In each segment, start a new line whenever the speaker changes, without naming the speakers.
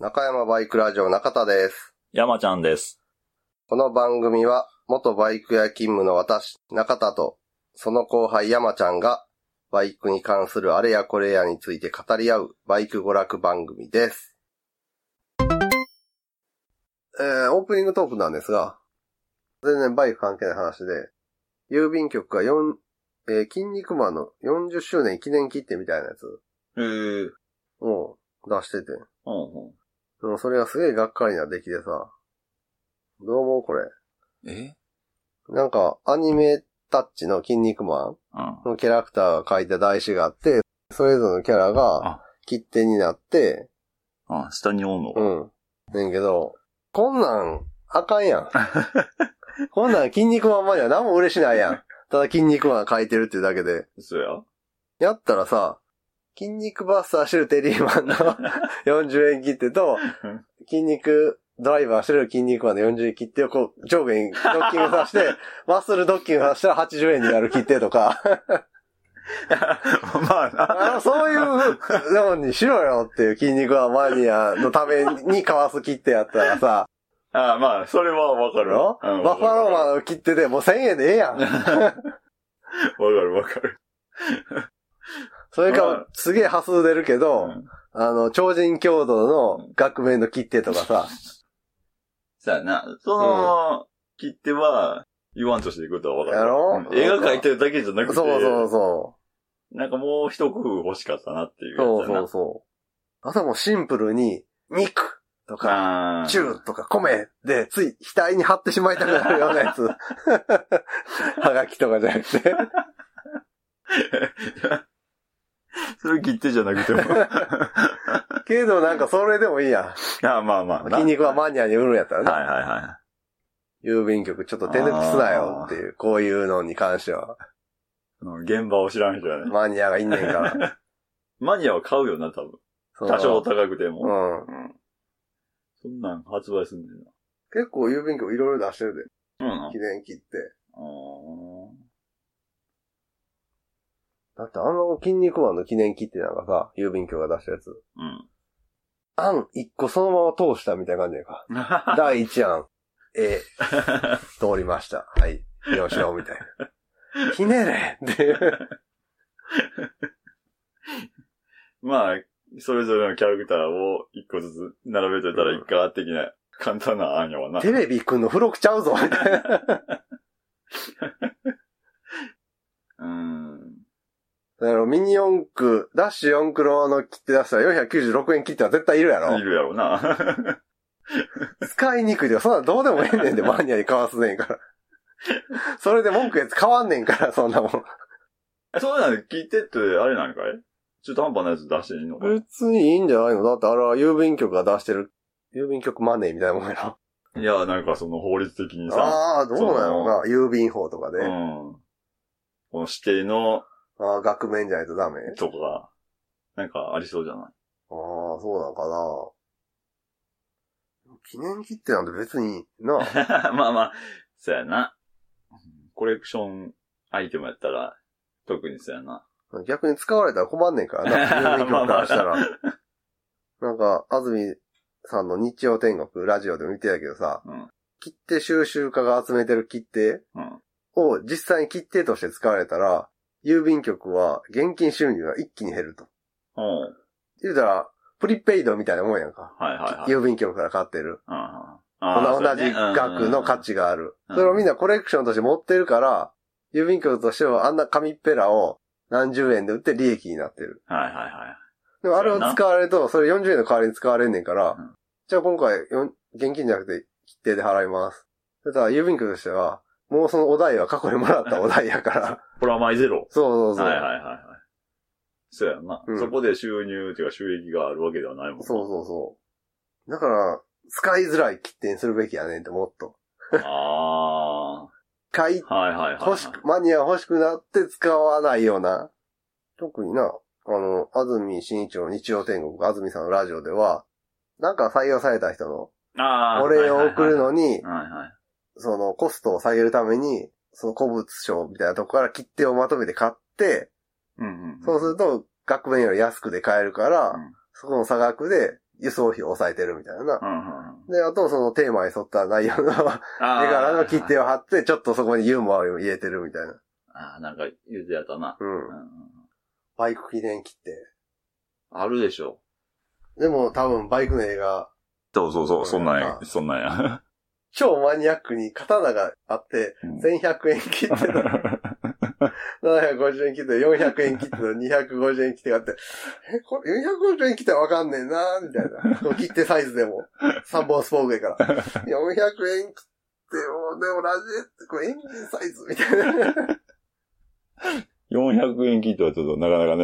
中山バイクラジオ中田です。
山ちゃんです。
この番組は、元バイク屋勤務の私、中田と、その後輩山ちゃんが、バイクに関するあれやこれやについて語り合う、バイク娯楽番組です。えー、オープニングトークなんですが、全然バイク関係ない話で、郵便局が4、えー、筋肉マンの40周年記念切手みたいなやつ
へー。
を出してて、
うんう
でもそれがすげえがっかりな出来でさ、どう思うこれ。
ん。え
なんか、アニメタッチの筋肉マ
うん。
ンのキャラクターが書いた台紙があって、それぞれのキャラが
あ
切手になって、
あ、下におんの
う
か。
ん。ねんけど、こんなん、あかんや ん。こんなん筋肉マンまでは何も嬉しないやん。ただ筋肉マンが書いてるっていうだけで。
そや。
やったらさ、筋肉バスターしてるテリーマン の40円切手と、筋肉ドライバーしてる筋肉マンの40円切手をこう上下にドッキングさ せて、マッスルドッキングさせたら80円になる切手とか、
まあ
あのそういうのにしろよっていう筋肉マンマニアのためにかわす切手やったらさ、
な。あまあ、それはわかる
バ
わ。
ッファローマンの切手でもう1000円でええやん。
ン。わかるわかる。
それ
う
か
ん、
すげえ端数出るけど、
うん
あの、超人強度の学名の切手とかさ、
そやな。その、切手は、言わんとしていくことはわかる。
やろ
うん絵が描いてるだけじゃなくて、
そうそうそ。
なんかもう一工夫欲しかったなっていうう
そう
やつや
そう
な。
そう。あとはもうシンプルに、肉とか、
あー
中とか米で、つい額に貼ってしまいたくなるようなや つ。はがきとかじゃなくて。
それ切手じゃなくて も。
けどなんかそれでもいいや
あまあまあ
ん。
な。
筋肉はマニアに売るんやったらね。
はいはいは
郵便局ちょっと手抜きすなよっていう、こういうのに関しては。
いうん。現場を知らん人やね。
マニアがいんねん から。
マニアは買うよな、多分。
その
多少高くても。
うん。
うんそんなん発売すんねんな。
結構郵便局いろいろ出してる
うん
で。記念切って。だってあの筋肉マンの記念切ってなんかさ、郵便局が出したやつ。
うん。
あん一個そのまま通したみたいな感じやん か。第一案、えー、通りました。はい、よしよ、みたいな。ひねれって いう。
まあ、それぞれのキャラクターを一個ずつ並べといたらいいか、的な簡単な案やわな。
テレビくんの付録ちゃうぞ、 みたいな。
うん。
だからミニ四駆、ダッシュ四駆郎の切って出したら496円切っては絶対いるやろ
い。るやろな。
使いにくいで、そんなんどうでもええ ねんで、マニアに買わすねんから。それで文句やつ変わんねんから、そんなもん。
そうなの聞いてって、あれなんかい中途半端なやつ出していいのかい
別にいいんじゃないのだってあれは郵便局が出してる、郵便局マネーみたいなもんやろ。
いや、なんかその法律的にさ、
ああ、どうなのな、郵便法とかで。
うん。この指定の
ああ、額面じゃないとダメ。ああ、
とか、なんかありそうじゃない
そうなんかな。記念切手なんて別に、 な
まあまあ、そうやな。コレクションアイテムやったら、特にそうやな。
逆に使われたら困んねんから な、郵便局からしたら。なんか、安住さんの日曜天国、ラジオでも見てたけどさ、
うん
切手収集家が集めてる切手
うん。
を実際に切手として使われたら、郵便局は現金収入が一気に減ると。
おう
言うたら、プリペイドみたいなもんやんか。
はいはいはい。
郵便局から買ってる。
うんうん
同
あー
じ額の価。値がある。
うん
それをみんなコレクションとして持ってるから、郵便局としてはあんな紙っぺらを何十円で売って利益になってる。
そうやねうんはいはいはい。
でもあれを
そうやな
使われると、それ40円の代わりに使われんねんから、
うん
じゃあ今回よん、現金じゃなくて、切手で払います。だから郵便局としては、もうそのお題は過去にもら ったお題やから、
プラマイゼロ。
そうそうそう。
はいはいはいはい。そうやな
うん。
そこで収入っていうか収益があるわけではないもん。
そうそうそう。だから、使いづらい切手にするべきやねんって、もっと。
あ
買い
あ。はいはいはいはい。
欲しく、マニア欲しくなって使わないような。特にな、あの、安住新一郎日曜天国、安住さんのラジオでは、なんか採用された人の
ああ。
お礼を送るのに、
はいはいはい。はいはい。
そのコストを下げるために、その古物商みたいなとこから切手をまとめて買って、
うんうん。
そうすると額面より安くで買えるから、
うん
そこの差額で輸送費を抑えてるみたいな。
うんうんうん。
で、あとそのテーマに沿った内容の絵
あー
柄の切手を貼って、ちょっとそこにユーモアを入れてるみたいな。
ああ、なんか言うてやったな。
う
うん
ん。
うんうん
バイク記念切
あるでしょ。
手。でも多分バイクの映画、
そうそうそう
そんなんや
そんなん や。
超マニアックに刀があって、1100円 切手の750円切手、400円切手の250円切手があって、え、これ450円切手はわかんねえなみたいな。この切手サイズでも。3本スポーグやから。400円切手を、でもラジエって、これエンジンサイズみたいな。
400円切ってはちょっとなかなか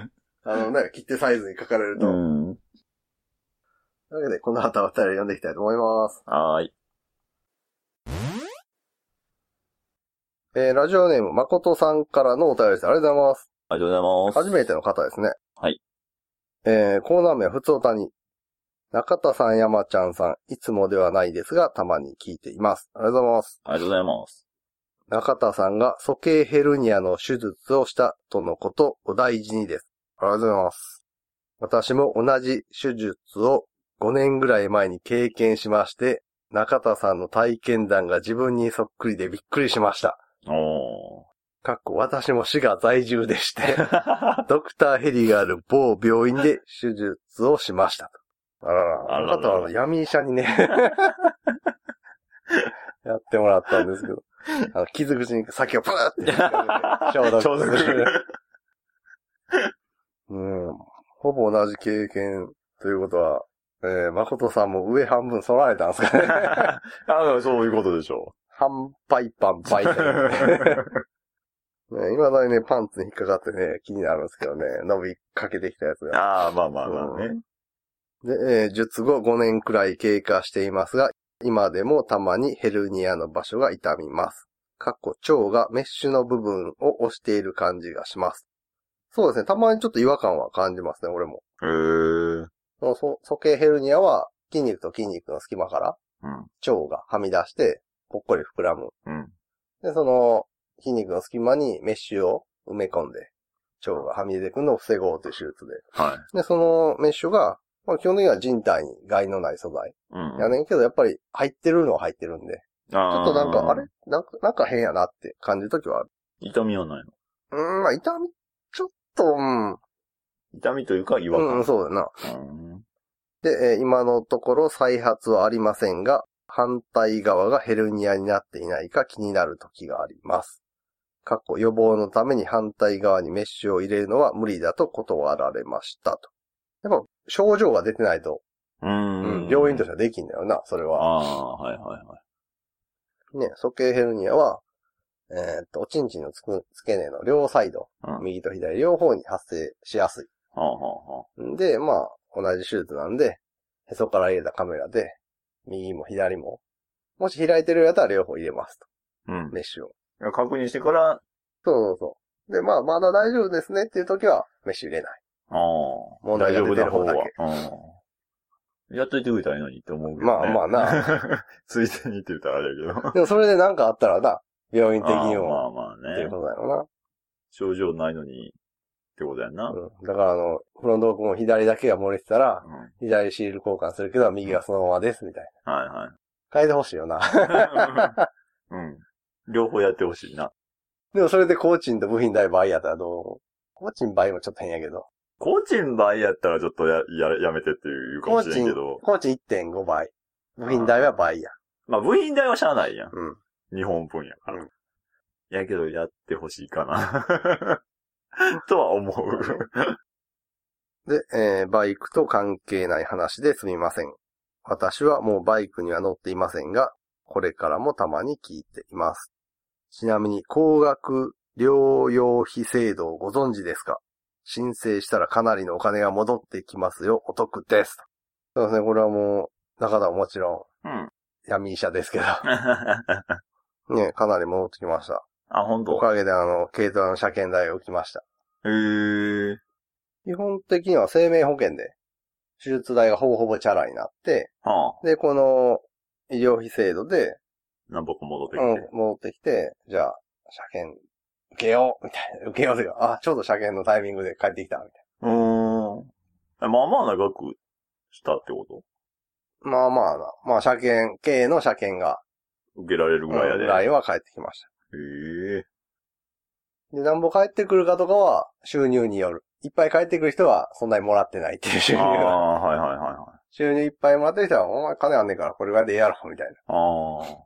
ね。
あの、なんか切手サイズに書かれると。
ん。
というわけで、この後はお便り読んでいきたいと思います。
はーい。
えー、ラジオネーム、まことさんからのお便りです。ありがとうございます。
ありがとうございます。
初めての方ですね。
はい。
えー、コーナー名はふつおたに。中田さん、山ちゃんさん、いつもではないですが、たまに聞いています。ありがとうございます。
ありがとうございます。
中田さんが鼠径ヘルニアの手術をしたとのこと、お大事にです。ありがとうございます。私も同じ手術を5年ぐらい前に経験しまして、中田さんの体験談が自分にそっくりでびっくりしました。
お
かっこ私も滋賀在住でして。
ー。
ドクターヘリがある某病院で手術をしましたと。あらら、
あらら
あなたはあの闇医者にね、 やってもらったんですけど、あの傷口に先をパーって 消毒
消毒
する。 うん、ほぼ同じ経験ということは、えー、誠さんも上半分揃られたんですかね。
あの、そういうことで しょ
半パイパンパイという ね。いまだにね、パンツに引っかかってね、気になるんですけどね、伸びかけてきたやつが。
ああ、まあまあまあね。
で、えー術後5年くらい経過していますが、今でもたまにヘルニアの場所が痛みます。かっこ腸がメッシュの部分を押している感じがします。そうですね。たまにちょっと違和感は感じますね、俺も。
へえ。
そのそ鼠径ヘルニアは筋肉と筋肉の隙間から
うん。
腸がはみ出して、ぽっこり膨らむ。
うん。
で、その筋肉の隙間にメッシュを埋め込んで、腸がはみ出てくるのを防ごうという手術で。
はい。
で、そのメッシュが、まあ、基本的には人体に害のない素材。
うん。
やねんけど、やっぱり入ってるのは入ってるんで、
ち
ち
ょ
ょっとなんか、あれなんか、なんか変やなって感じるときはある。
痛みはないの
うーん、まあ痛み、ちょっと、うん、
痛みというか違和
うん、
感。
そうだな。
うん。
で、えー今のところ再発はありませんが、反対側がヘルニアになっていないか気になるときがあります。かっこ予防のために反対側にメッシュを入れるのは無理だと断られましたと。やっぱ、症状が出てないと、
うん。
病院としてはできんだよな、それは。
ああー、はいはいはい。
ね、鼠径ヘルニアは、えーっと、おちんちんのつく、付け根の両サイド、
うん
右と左両方に発生しやす
はあはあはあ。
い。んで、まあ、同じ手術なんで、へそから入れたカメラで、右も左も、もし開いてるやつは両方入れます
うん
と、。メッシュを。
確認してから、
そうそうそう。で、まあ、まだ大丈夫ですねっていう時は、メッシュ入れない。
ああ、
問題が出てる
大丈
方
夫
だ
な
け
は。うん。やっといてくれたらいいのにって思うけど、ね。
まあまあ
な。 ついでにって言ったらあれやけ ど。
でもそれでなんかあったらな、病院的に
あ
も、
あまあま
っ
あ
ていう
ね
こ。とだよ
症状ないのにってことやんな。
な。うん。だからあの、フロントオークも左だけが漏れてたら、
うん。はい
左シール交換するけど、右がそのままです、みたいな。
は
変えてほしいよな。
い。 うん。両方やってほしいな。
でもそれでコーチンと部品代倍やったらどう思うコーチン倍もちょっと変やけど。
コーチン倍やったらちょっとや、や、やめてっていうか
コ
もし
ーチ
れん
ン、
けど。
コーチン1.5倍。部品代は倍や。
まあ部品代はしゃあないやん。
うん。
日本分やから。
うん
やけどやってほしいかな。 とは思う。
で、えーバイクと関係ない話ですみません。私はもうバイクには乗っていませんが、これからもたまに聞いています。ちなみに、高額療養費制度をご存知ですか申請したらかなりのお金が戻ってきますよ。お得です。そうですね、これはもう、中田はもちろ
うん。
ん闇医者ですけど、
あ、
ね、かなり戻ってきました。
本当
お。かげであの、軽トラの車検代が起きました。
へえ。
基本的には生命保険で、手術代がほぼほぼチャラになって、
はあ。
で、この医療費制度で、
何ぼか戻ってき
うん
て。、
戻ってきて、じゃあ、車検、受けようみたいな。受けようというか、あ、ちょうど車検のタイミングで帰ってきた、みたい
うん。まあまあな額、したってこ
まあまあな、まあ車検、経営の車検が、
と受けられるぐらいやで。
ぐらいは返ってきまし
ええ
た。で、なんぼ返ってくるかとかは収入による。いっぱい返ってくる人はそんなにもらってないっていう収入
あ
が。
あ、はいはいはいはい。
収入いっぱいもらってる人は、お前金あんねんからこれぐらいでええやろ、みたいな。
あ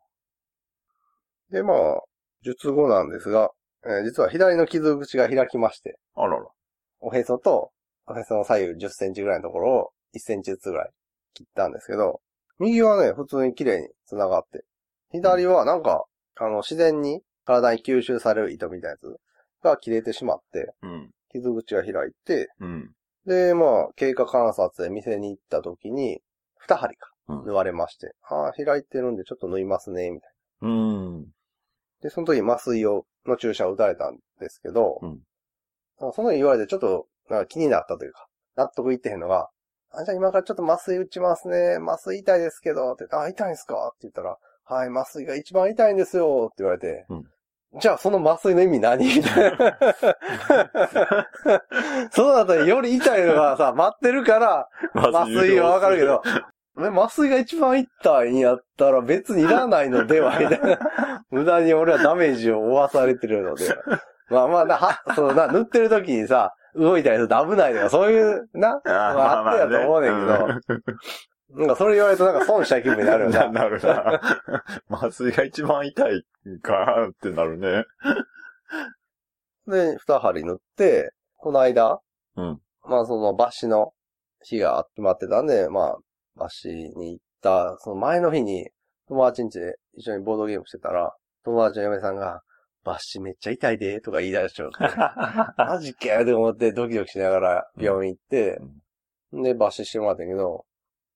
で、まあ、術後なんですが、えー実は左の傷口が開きまして、
あ。あらら。
おへそと、おへその左右10センチぐらいのところを1センチずつぐらい切ったんですけど、右はね、普通に綺麗に繋がって、左はなんか、あの、自然に体に吸収される糸みたいなやつが切れてしまって、
うん。
傷口が開いて、
うん。
で、まあ、経過観察で店に行った時に、二針か、
うん
縫われまして、ああ、開いてるんでちょっと縫いますね、みたいな。
うん。
で、その時麻酔を、の注射を打たれたんですけど、
うん
なんかその時言われてちょっとなんか気になったというか、納得いってへんのが、あ、じゃあ今からちょっと麻酔打ちますね。麻酔痛いですけど、って、あ、痛いんですかって言ったら、はい、麻酔が一番痛いんですよ、って言われて、
うん
じゃあその麻酔の意味何みた いな。 その後により痛いのがさ、待ってるから、麻酔はわかるけ ど、え麻酔が一番痛いんやったら別にいらないのでは、みた いな。無駄に俺はダメージを負わされてるので。まあまあな、は、そのな、塗ってる時にさ、動いたりすると危ないとか、そういう、な、
あー
まああったやと思うねん
まあ
けど、なんかそれ言われるとなんか損した気分になるよ
な
な。
なるな。麻酔が一番痛いんかってな るね。
で、二針塗って、この間、
うん
まあその抜歯の日が決まってたんで、まあ、抜歯に行った、その前の日に友達ん家で一緒にボードゲームしてたら、友達の嫁さんが、抜歯めっちゃ痛いで、とか言い出しちゃう。 マジかよ、と思ってドキドキしながら病院行って、で、抜歯してもらったんやけど、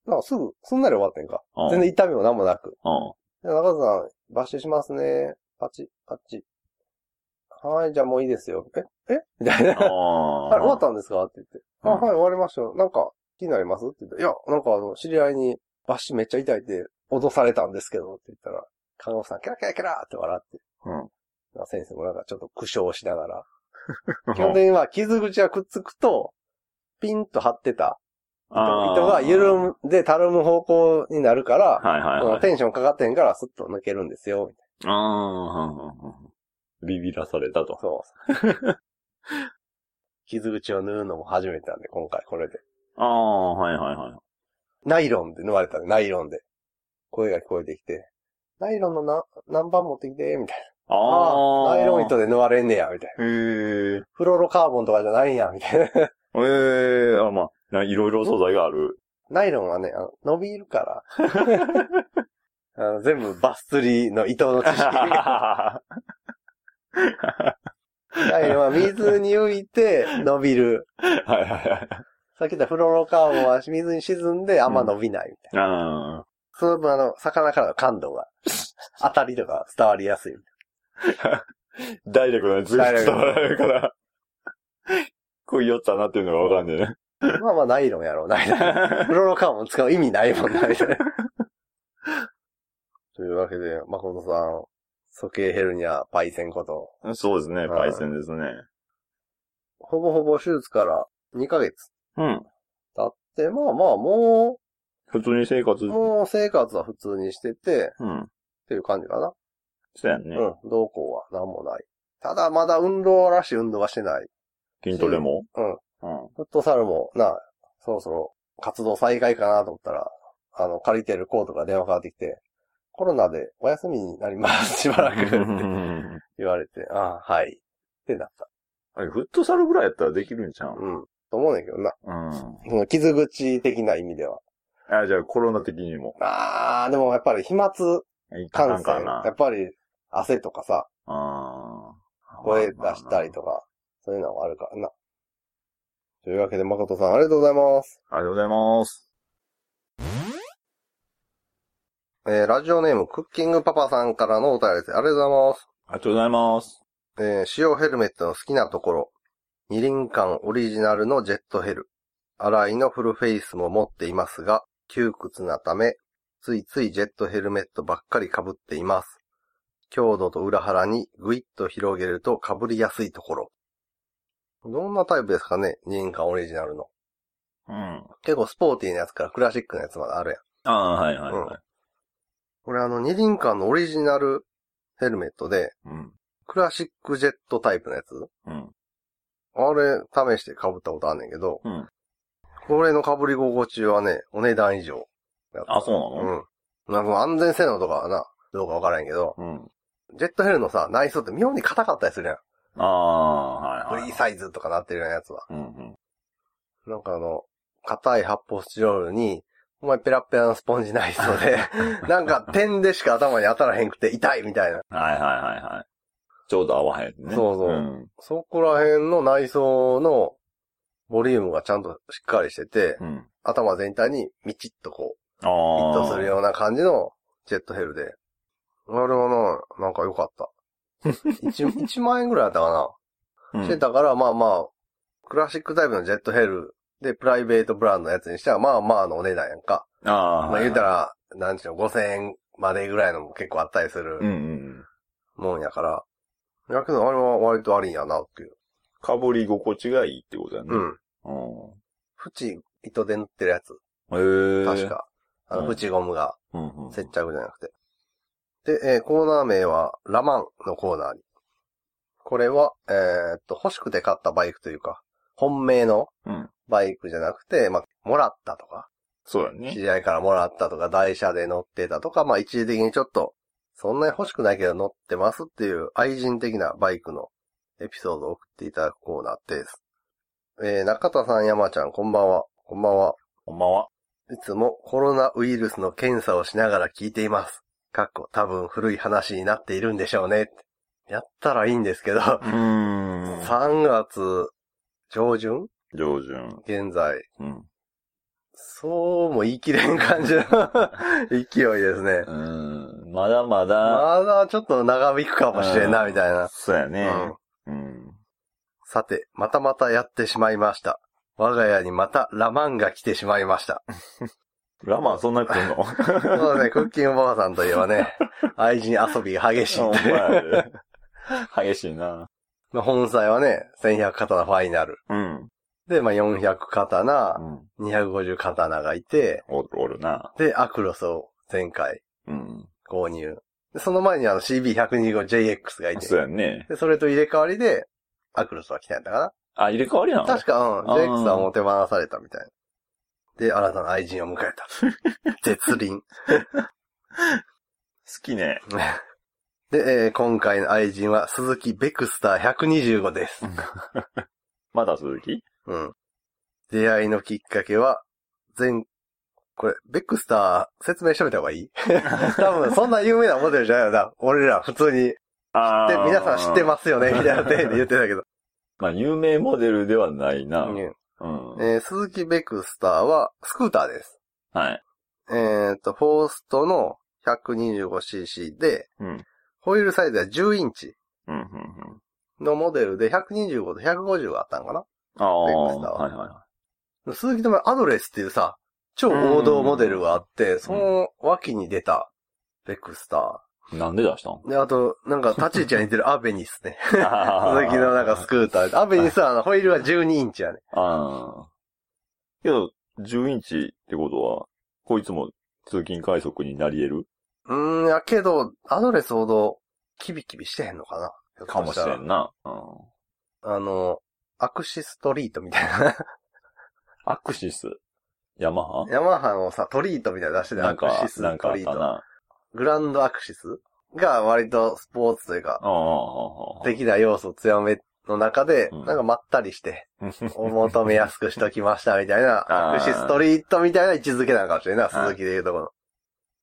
なんかすぐ、すんなり終わってんか。
うん
全然痛みも何もなく。
うん
で中田さん、抜歯しますね。パチッ、パチッ。はい、じゃあもういいですよ。ええみたいな。
あー
あれ、終わったんですかって言って。あ、
うん
はい、終わりましたよ。なんか、気になりますって言って。いや、なんかあの、知り合いに、バッシュめっちゃ痛いって、脅されたんですけど、って言ったら、看護婦さん、キラキラキラーって笑って。
うん
まあ先生もなんかちょっと苦笑しながら。基本的には、傷口がくっつくと、ピンと張ってた糸
あー
糸が緩んで、たるむ方向になるから、
はいはい
その
はい。
テンションかかってんから、スッと抜けるんですよ、みたい
あービビらされたと
な。。そう。傷口を縫うのも初めてなんで、今回これで。
ああ、はいはいはい。
ナイロンで縫われたね、ナイロンで。声が聞こえてきて。ナイロンのな、何番持ってきて、みたい
あ
な。あ
あ。
あ、ナイロン糸で縫われんねや、みたいな。
へえ。
フロロカーボンとかじゃないんや、みたいな。
ええあ、まあ、ないろいろ素材があ る。
ナイロンはね、あの伸びるから。あの全部バス釣りの糸の知識。 ナイロンは水に浮いて伸びる。
はいはいはい。
さっき言ったフロロカーボンは水に沈んであんま伸びないみたいな。
あ
その分あの、魚からの感度 が、当たりとか伝わりやすいみたいな。
ーダイレクトにずっと伝わられるから、恋酔ったなっていうのがわかんねえね。
まあまあナイロンやろう、ナイロン。フロロカーボン使う意味ないもんな、み たいな。というわけで、誠さん、鼠径ヘルニア、パイセンこと、
そうですね、パイセンですね。
ほぼほぼ手術から2ヶ月
うん。
経って、まあまあ、も
普通に生活、
う、
う
もう生活は普通にしてて、
ん。
っていう感じかな。
そうやんね。
うん、動向は何もない。ただまだ運動らしい運動はしてない。
筋トレも。
うん。
うん。
フットサルも、な、そろそろ活動再開かなと思ったら、あの、借りてるコートが電話かかってきて、コロナでお休みになり ます、しばらく。言われて、ああ、はい。ってなった。
あれ、フットサルぐらいやったらできるんじゃん。うん。
うん。と思うねんけどな。
あ、
その傷口的な意味では。
じゃあコロナ的にも。
ああ、でもやっぱり飛沫
いか
感
んか
染。
な
や。っぱり汗とかさ、
ああ。
声出したりとか、そういうのがあるからな。というわけで、誠さんありがとうございます。
ありがとうございます。
えー、ラジオネーム、クッキングパパさんからのお便りです。ありがとうございます。
ありがとうございます。
えー、使用ヘルメットの好きなところ。二輪間オリジナルのジェットヘル。洗いのフルフェイスも持っていますが、窮屈なため、ついついジェットヘルメットばっかり被っています。強度と裏腹にグイッと広げると被りやすいところ。どんなタイプですかね二輪間オリジナルの。
うん。あ
結構スポーティーなやつからクラシックなやつまであるやん。
あー、はいはいはい。
これあの、二輪間のオリジナルヘルメットで、
うん。
クラシックジェットタイプのやつ
うん。
あれ、試して被ったことあんねんけど、
うん。
これの被り心地はね、お値段以上やった。
あ、そうなの
うん。なんか安全性能とかはな、どうかわからんけど、
うん。
ジェットヘルのさ、内装って妙に硬かったりするやん。
ああ、はいはい。
V サイズとかなってるようなやつは。
うんうん。
なんかあの、硬い発泡スチロールに、お前ペラッペラのスポンジ内装 で、なんか点でしか頭に当たらへんくて痛いみたいな。
はいはいはいはい。ちょうど合わへんね。。
そうそうんそこら辺の内装のボリュームがちゃんとしっかりしてて、
うん。
頭全体にみちっとこ
あ
う、フ
あ。
ィットするような感じのジェットヘルで。あれはな、なんか良か った。1, 1万円ぐらいだったかな。
うん。
してたから、まあまあ、クラシックタイプのジェットヘルで、プライベートブランドのやつにしては、まあまあのお値段やんか。
ああ。
まあ言うた
ら。
ら、なんちゅうの、5000円までぐらいのも結構あったりす
うん
る
うん。
もんやから。やけど、あれは割とありんやなっていう。
かぶり心地がいいってことやね。
うん。
う
縁、糸で塗ってるやつ。
ん。へえ。
確。か。あの、
うん
縁ゴムが
うんうん。
接着じゃなくて。で、えーコーナー名は、ラマンのコーナーに。これは、えーっと、欲しくて買ったバイクというか、本命の
うん
バイクじゃなくて、まあ、もらったとか、
そうや
知
ね。
り合いからもらったとか、台車で乗ってたとか、まあ、一時的にちょっと、そんなに欲しくないけど乗ってますっていう愛人的なバイクのエピソードを送っていただくコーナーです。えー中田さん、山ちゃん、こんばんは。こんばんは。
こんばんは。
いつもコロナウイルスの検査をしながら聞いています。かっこ多分古い話になっているんでしょうね。やったらいいんですけど、
うーん。
3月上旬
上旬。
現在、
うん。う
そうも言い切れん感 じの勢いですね。
ーん。まだまだ。
まだちょっと長引くかもしれんな、
うん
みたいな。
そうやね。
うん
うん。
さて、またまたやってしまいました。我が家にまたラマンが来てしまいました。
ラマンそんな来んの
そうね、クッキンおばあさんといえば ね、愛人遊びが激しい
お
って
前やで激しいな。
まあ本祭はね、1100刀ファイナル。
うん。
で、まあ、400
う
刀、
ん。
250刀がいて、
おる、おるな。
で、アクロスを前回
うん。
購入。でその前にあの CB125JX がいて
そう、やね。
で、それと入れ替わりで、アクロスは来たんだか
あ、入れ替わりな
な
の
確か、うん、
あー
JX はもう手放されたみたいな。で、新たな愛人を迎えた。 絶倫。
好きね。
で、えー今回の愛人は鈴木ベクスター125です。
まだ続き
うん。出会いのきっかけは、全、これ、ベックスター説明しといた方が いい多分、そんな有名なモデルじゃないよな。俺ら普通に。で、
あー
皆さん知ってますよねみたいな手で言ってた けど。
まあ、有名モデルではないな。
うん
うん。
えー鈴木ベックスターは、スクーターです。
はい。
えーっと、フォーストの 125cc で、
うん。
ホイールサイズは10インチ
うん、うん、うん。
のモデルで125と150があったんかな
ああ、
レックスターは
はいはいは
鈴木ともアドレスっていうさ、超王道モデルがあって、その脇に出た、ベックスタ
い。なんで出したん
ー。で、あと、なんか、立ち位置が似てるアベニスね。
鈴
鈴木のなんかスクーター。アベニスはあの、ホイールは12インチやね。
ああ。けど、10インチってことは、こいつも通勤快速になり得
うーん、やけど、アドレスほど、キビキビしてへんのかな。
るかもしれ
ひょっと
んな。うん。
たらあの、アクシストリートみたい な。
アクシス、ヤマハ
ヤマハのさ、トリートみたいなの出してた
な
ア
ん
ク
か
シ、ス
なんか
ト
あっ
リー
た
ト。
な。
グランドアクシスが割とスポーツというか、
ああ、あああ
的な要素強めの中で、
うん
なんかまったりして、
あ
お求めやすくしときましたみたいな、
あー
アクシストリートみたいな位置づけなのかもしれないな、
はい
鈴木でいうところ。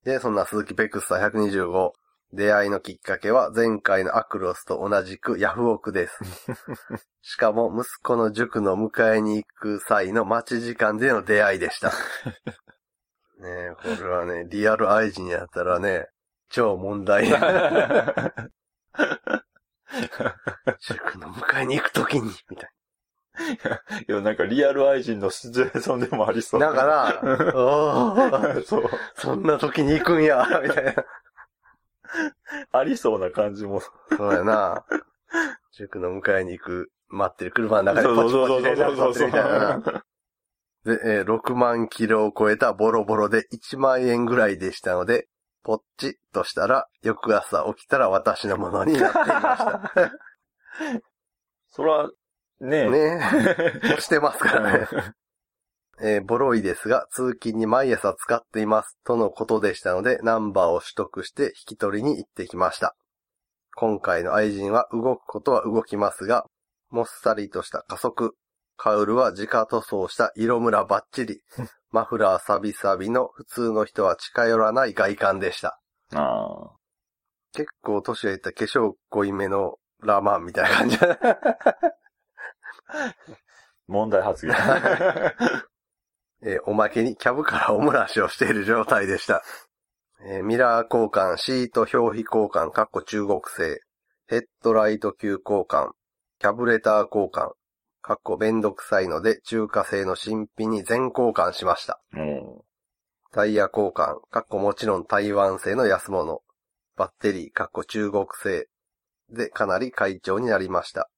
で、そんな鈴木ペクスター125。出会いのきっかけは前回のアクロスと同じくヤフオク です。しかも息子の塾の迎えに行く際の待ち時間での出会いで した。ねえ、これはね、リアル愛人やったらね、超問題。 塾の迎えに行くときに、みたいな。
いや、なんかリアル愛人のシチュエーションでもありそう。
だから、おー
そう。
そんな時に行くんや、みたいな。
ありそうな感じも。
そうやな。塾の迎えに行く、待ってる車の
そう
中で
そ
ポ
う
チポ
そ
チ
うそ
連
う
絡取っ
そう
てるみたいな。で、えー6万キロを超えたボロボロで1万円ぐらいでしたので、ポッチとしたら、翌朝起きたら私のものになっていま
そら、ね
し
え。
た。ねえ。落ちてますからね。
う
えーボロいですが、通勤に毎朝使っています、とのことでしたので、ナンバーを取得して引き取りに行ってきました。今回の愛人は動くことは動きますが、もっさりとした加速。カウルは自家塗装した色ムラバッチリ。マフラーサビサビの普通の人は近寄らない外観でした。
んあ
結構年がいった化粧濃いめのラマンみたいな感じ。
ー問題 発言。
えーおまけにキャブからお漏らしをしている状態でした。えーミラー交換、シート表皮交換、かっこ中国製、ヘッドライト級交換、キャブレター交換、かっこめんどくさいので中華製の新品に全交換しました。
も
タイヤ交換、かっこもちろん台湾製の安物、バッテリー、かっこ中国製でかなり快調になりました。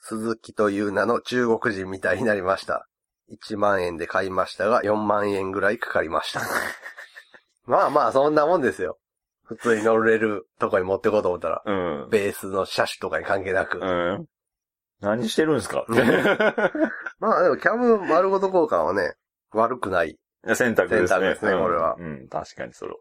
鈴木という名の中国人みたいになりました。1万円で買いましたが、4万円ぐらいかかりました。 まあまあ、そんなもんですよ。普通に乗れるとこに持ってこうと思ったら、
う、うん。
ベースの車種とかに関係なく。
うん。何してるんです か
まあでも、キャブ丸ごと交換はね、悪くない
選択ですね。
選択ですね
うん
これは
うん、確かにそれ。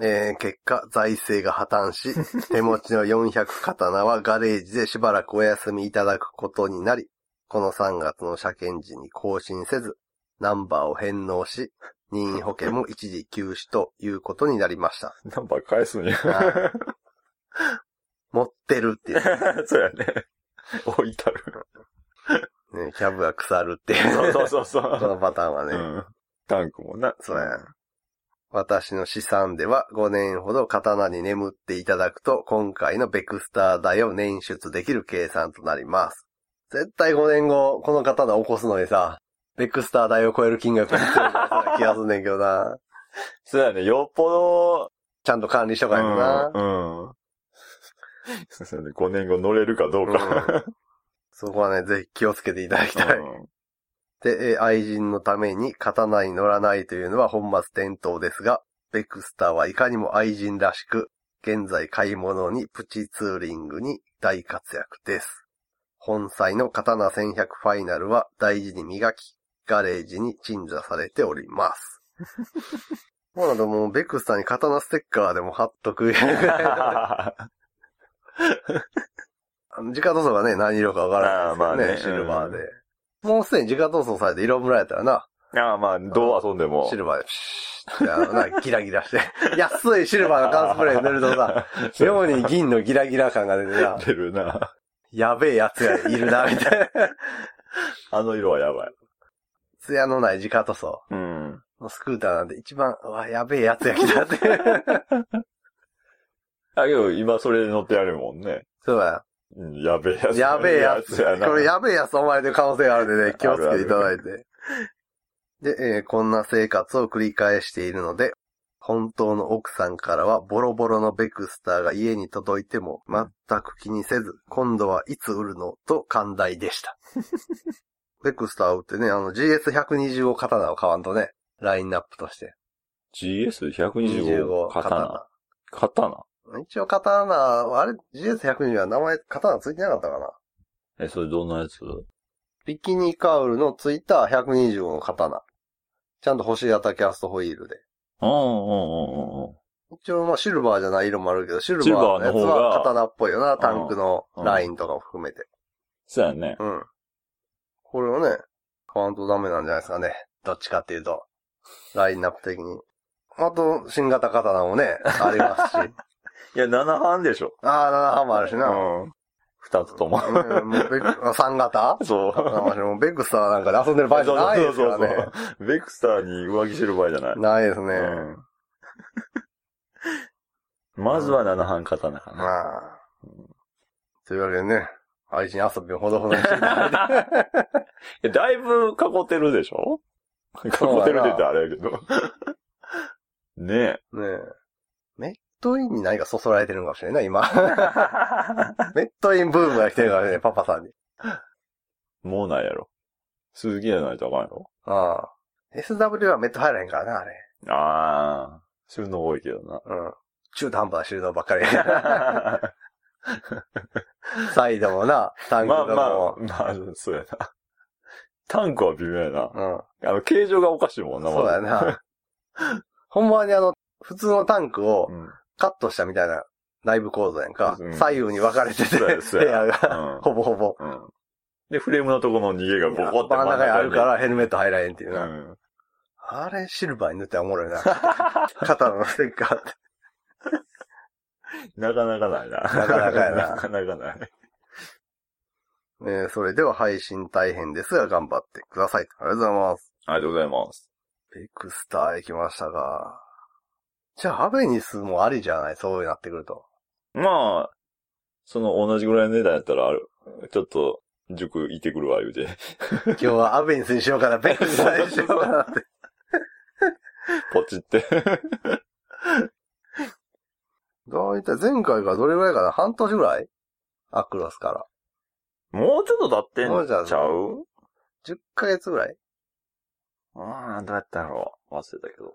えー結果、財政が破綻 し、手持ちの400刀はガレージでしばらくお休みいただくことになり、この3月の車検時に更新せず、ナンバーを返納し、任意保険も一時休止ということになりました。
ナンバー返すんや。
は持ってるっていう、
そうやね。置いたる。
ねキャブが腐るっていう。
そうそうそ うそ
こ
う。
のパターンはね。
うん。タンクもな。
そうや。私の資産では5年ほど刀に眠っていただくと、今回のベクスター代を捻出できる計算となります。絶対5年後、この刀を起こすのにさ、ベクスター代を超える金額が必要になりそうな気がすんねんけどな。
そうやね。よっぽ
ちゃんと管理しと
ど、
かんとな。
うん。うん。そうやね。5年後乗れるかどうか。
そこはね、ぜひ気をつけていただきたい。
う
で、えー愛人のために刀に乗らないというのは本末転倒ですが、ベクスターはいかにも愛人らしく、現在買い物にプチツーリングに大活躍です。本妻の刀1100ファイナルは大事に磨き、ガレージに鎮座されております。もうなんかもうベクスターに刀ステッカーでも貼っとくぐ らい
ん
の。あの自家塗装がね、何色かわからないですけどね、
あーまあ
シルバー
ね
で。もうすでに自家塗装されて色ムラやったらな、
ああ、まあ、どう遊んでも
シ。ルバーで、ピシーってあのな、ギラギラして。 安いシルバーの缶スプレー塗るとさ、妙に銀のギラギラ感が出てな、
出るな。
やべえやつがいるな、みたいな。
あの色はやばい。
ツヤのない自家塗装
うん。
のスクーターなんで一番、うわ、やべえやつが来たって。
だけど、今それ乗ってやるもんね。
そうや。
うんやべえやつ。
やべえやつ。
やな。
これやべえやつお前で可能性があるんでね、気をつけていただいて。で、えーこんな生活を繰り返しているので、本当の奥さんからはボロボロのベクスターが家に届いても全く気にせず、今度はいつ売るのと寛大で した。ベクスターを売ってね、あの GS125 刀を買わんとね、ラインナップとして。
GS125 刀。。刀
一応刀、あれ GS120 は名前刀ついてなかったかな
え、それどんなやつ
ビキニカウルのついた125の刀。ちゃんと星型キャストホイールで。
うんうんうんうん。
一応まあシルバーじゃない色もあるけど、シルバ
シルバ
ー
ー
の
の
やつ
方が
は刀っぽいよな、タンクのラインとかも含めて。
そうやね。
うん。これをね、買わんとダメなんじゃないですかね。どっちかっていうと。ラインナップ的に。あと、新型刀もね、あり ますし。
いや、7班でしょ。
ああ、7半もあるし
う
な。
ん。2つとも。
うん、もうベクあ3型
そう。
あもうベクスターなんかで遊んでる場合じゃないですから
そう
ね
そ。うそうベクスターに上着してる場合じゃない。
ないですね。
うん。まずは7班刀かな。
まあ。というわけでね、愛人遊びをほどほど にしていただいて
えだいぶ囲ってるでしょ囲
そうやな
ってるって言ったらあれ やけど。ねえ。
ねえ。メットインに何かそそられてるのかもしれないな、 今。メットインブームが来てるからね、パパさんに。
もうないやろ。鈴木じゃないとあかんやろ。
ああ。SW はメット入らへんからな、あれ。
ああ。そういうの多いけど な。
うん。中途半端な収納ばっか り。サイドもな、タンク
まあ
と
ま
か
あ
も、。
まあ、そうやな。タンクは微妙やな。
うん。
あの、形状がおかしいもんな、
そうや
な。
な。ほんまにあの、普通のタンクを
うん。
カットしたみたいな内部構造やんか
うん。
左右に分かれてて、
そうや
部
そうや
屋が、
うん
ほぼほぼ。
うん。で、フレームのとこの逃げがボコって。
真ん中にあるから らヘルメット入らへんっていう
う
な。
ん。
あれ、シルバーに塗ったらおもろいな。 肩のステッカーって。
なかなかないな。
なかなかやな
なかなかない。
えーそれでは配信大変ですが頑張ってください。ありがとうございます。
ありがとうございます。
ビクスターへ来ましたが。じゃあ、アベニスもありじゃないそうなってくると。
まあ、その同じぐらいの値段やったらある。ちょっと、塾行ってくるわ、言うて。
今日はアベニスにしようかな、ベクスターにしようかなって。
ポチ って。
どういった前回がどれぐらいかな半年ぐらいアクロスから。
もうちょっと経って
もうじゃあ
んちゃう
10ヶ月ぐらい
ああ、どうやったんやろう。忘れたけど。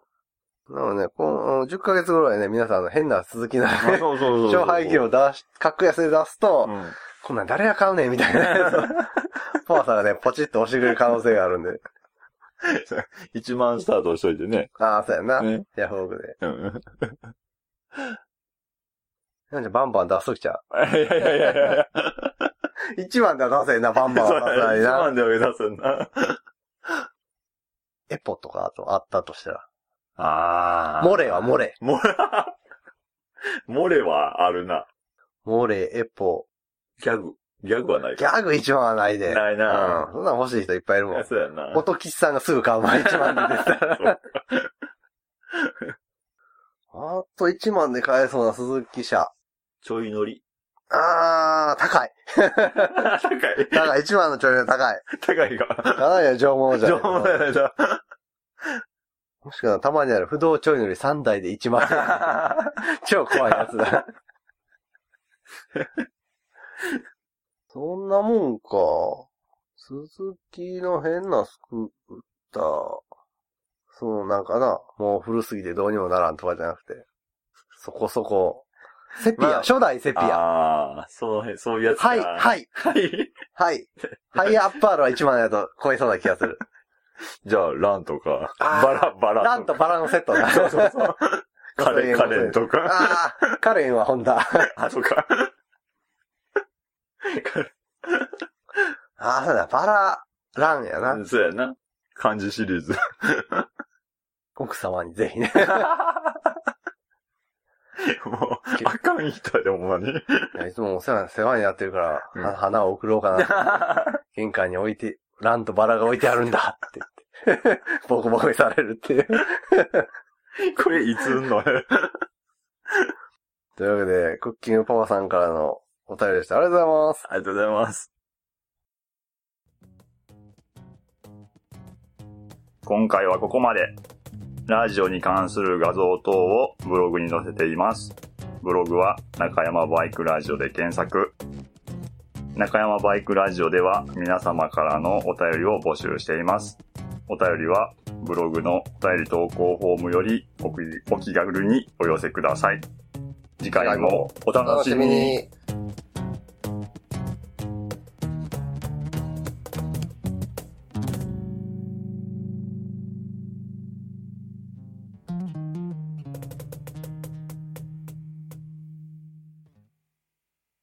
なので、この10ヶ月ぐらいね、皆さんあの変な続きな
あそうそう そうそう。
超廃棄を出し、格安で出すと、
うん。
こんなん誰が買うねんみたいな やつを。ポワさんがね、ポチッと押してくれる可能性があるんで。
1万スタートしといて ね。
ああ、そうやんな。
ね。
ヤフオクで。
うん。
なんじゃバンバン出すときちゃ
いやいやいやいやいや。
う。1番では出せんな、バンバン
そう
は出せない
1
な。
万では目指すんな。
エポとかあとあったとしたら。
あ
モレは モレ。
漏れ。漏れはあるな。
モレ、エポ。
ギャグ。ギャグはない
ギャグ1番はないで。
ないな
うん。そんなん欲しい人いっぱいいるもん。
そうやんな。
音吉さんがすぐ買う前1万で出たら。
そう
あと1万で買えそうな鈴木車。
ちょい乗 り。
あー、高い。
高い。
高い。1万の調理高い。
高いが。
高いよ、上物じゃん。
上手やないな。
もしくは、たまにある不動ちょい乗り3台で1万円。超怖いやつだ。そんなもんか。鈴木の変なスクーター。そのなんかな、もう古すぎてどうにもならんとかじゃなくて。そこそこ。セピア、
まあ
初代セピア。
ああ、その辺、そういうやつか。
はい、
い。
はい、
はい。
はい。ハイアッパールは1万円だと超えそうな気がする。
じゃあ、ランとか、
あー
バラ、バラ。
ランとバラのセットだ。
そうそう そう。カレン、カレンとか。
ああ、カレンはホンダ。
あ、そうか。
ああ、そうだ、バラ、ランやな。
そうやな。漢字シリー ズ。
奥様にぜひね。
もう、あかん人やで、ほんま に。
いやいつもお世話世話になってるから、
うん
は花を送ろう かな。玄関に置いて、ランとバラが置いてあるんだって言って。 ボコボコにされるっていう。
これ、いつんの
というわけで、クッキングパパさんからのお便りでした。ありがとうございます。
ありがとうございます。今回はここまで。ラジオに関する画像等をブログに載せています。ブログは中山バイクラジオで検索。中山バイクラジオでは皆様からのお便りを募集しています。お便りはブログのお便り投稿フォームよりお気お気軽にお寄せください。次回もお楽しみに。。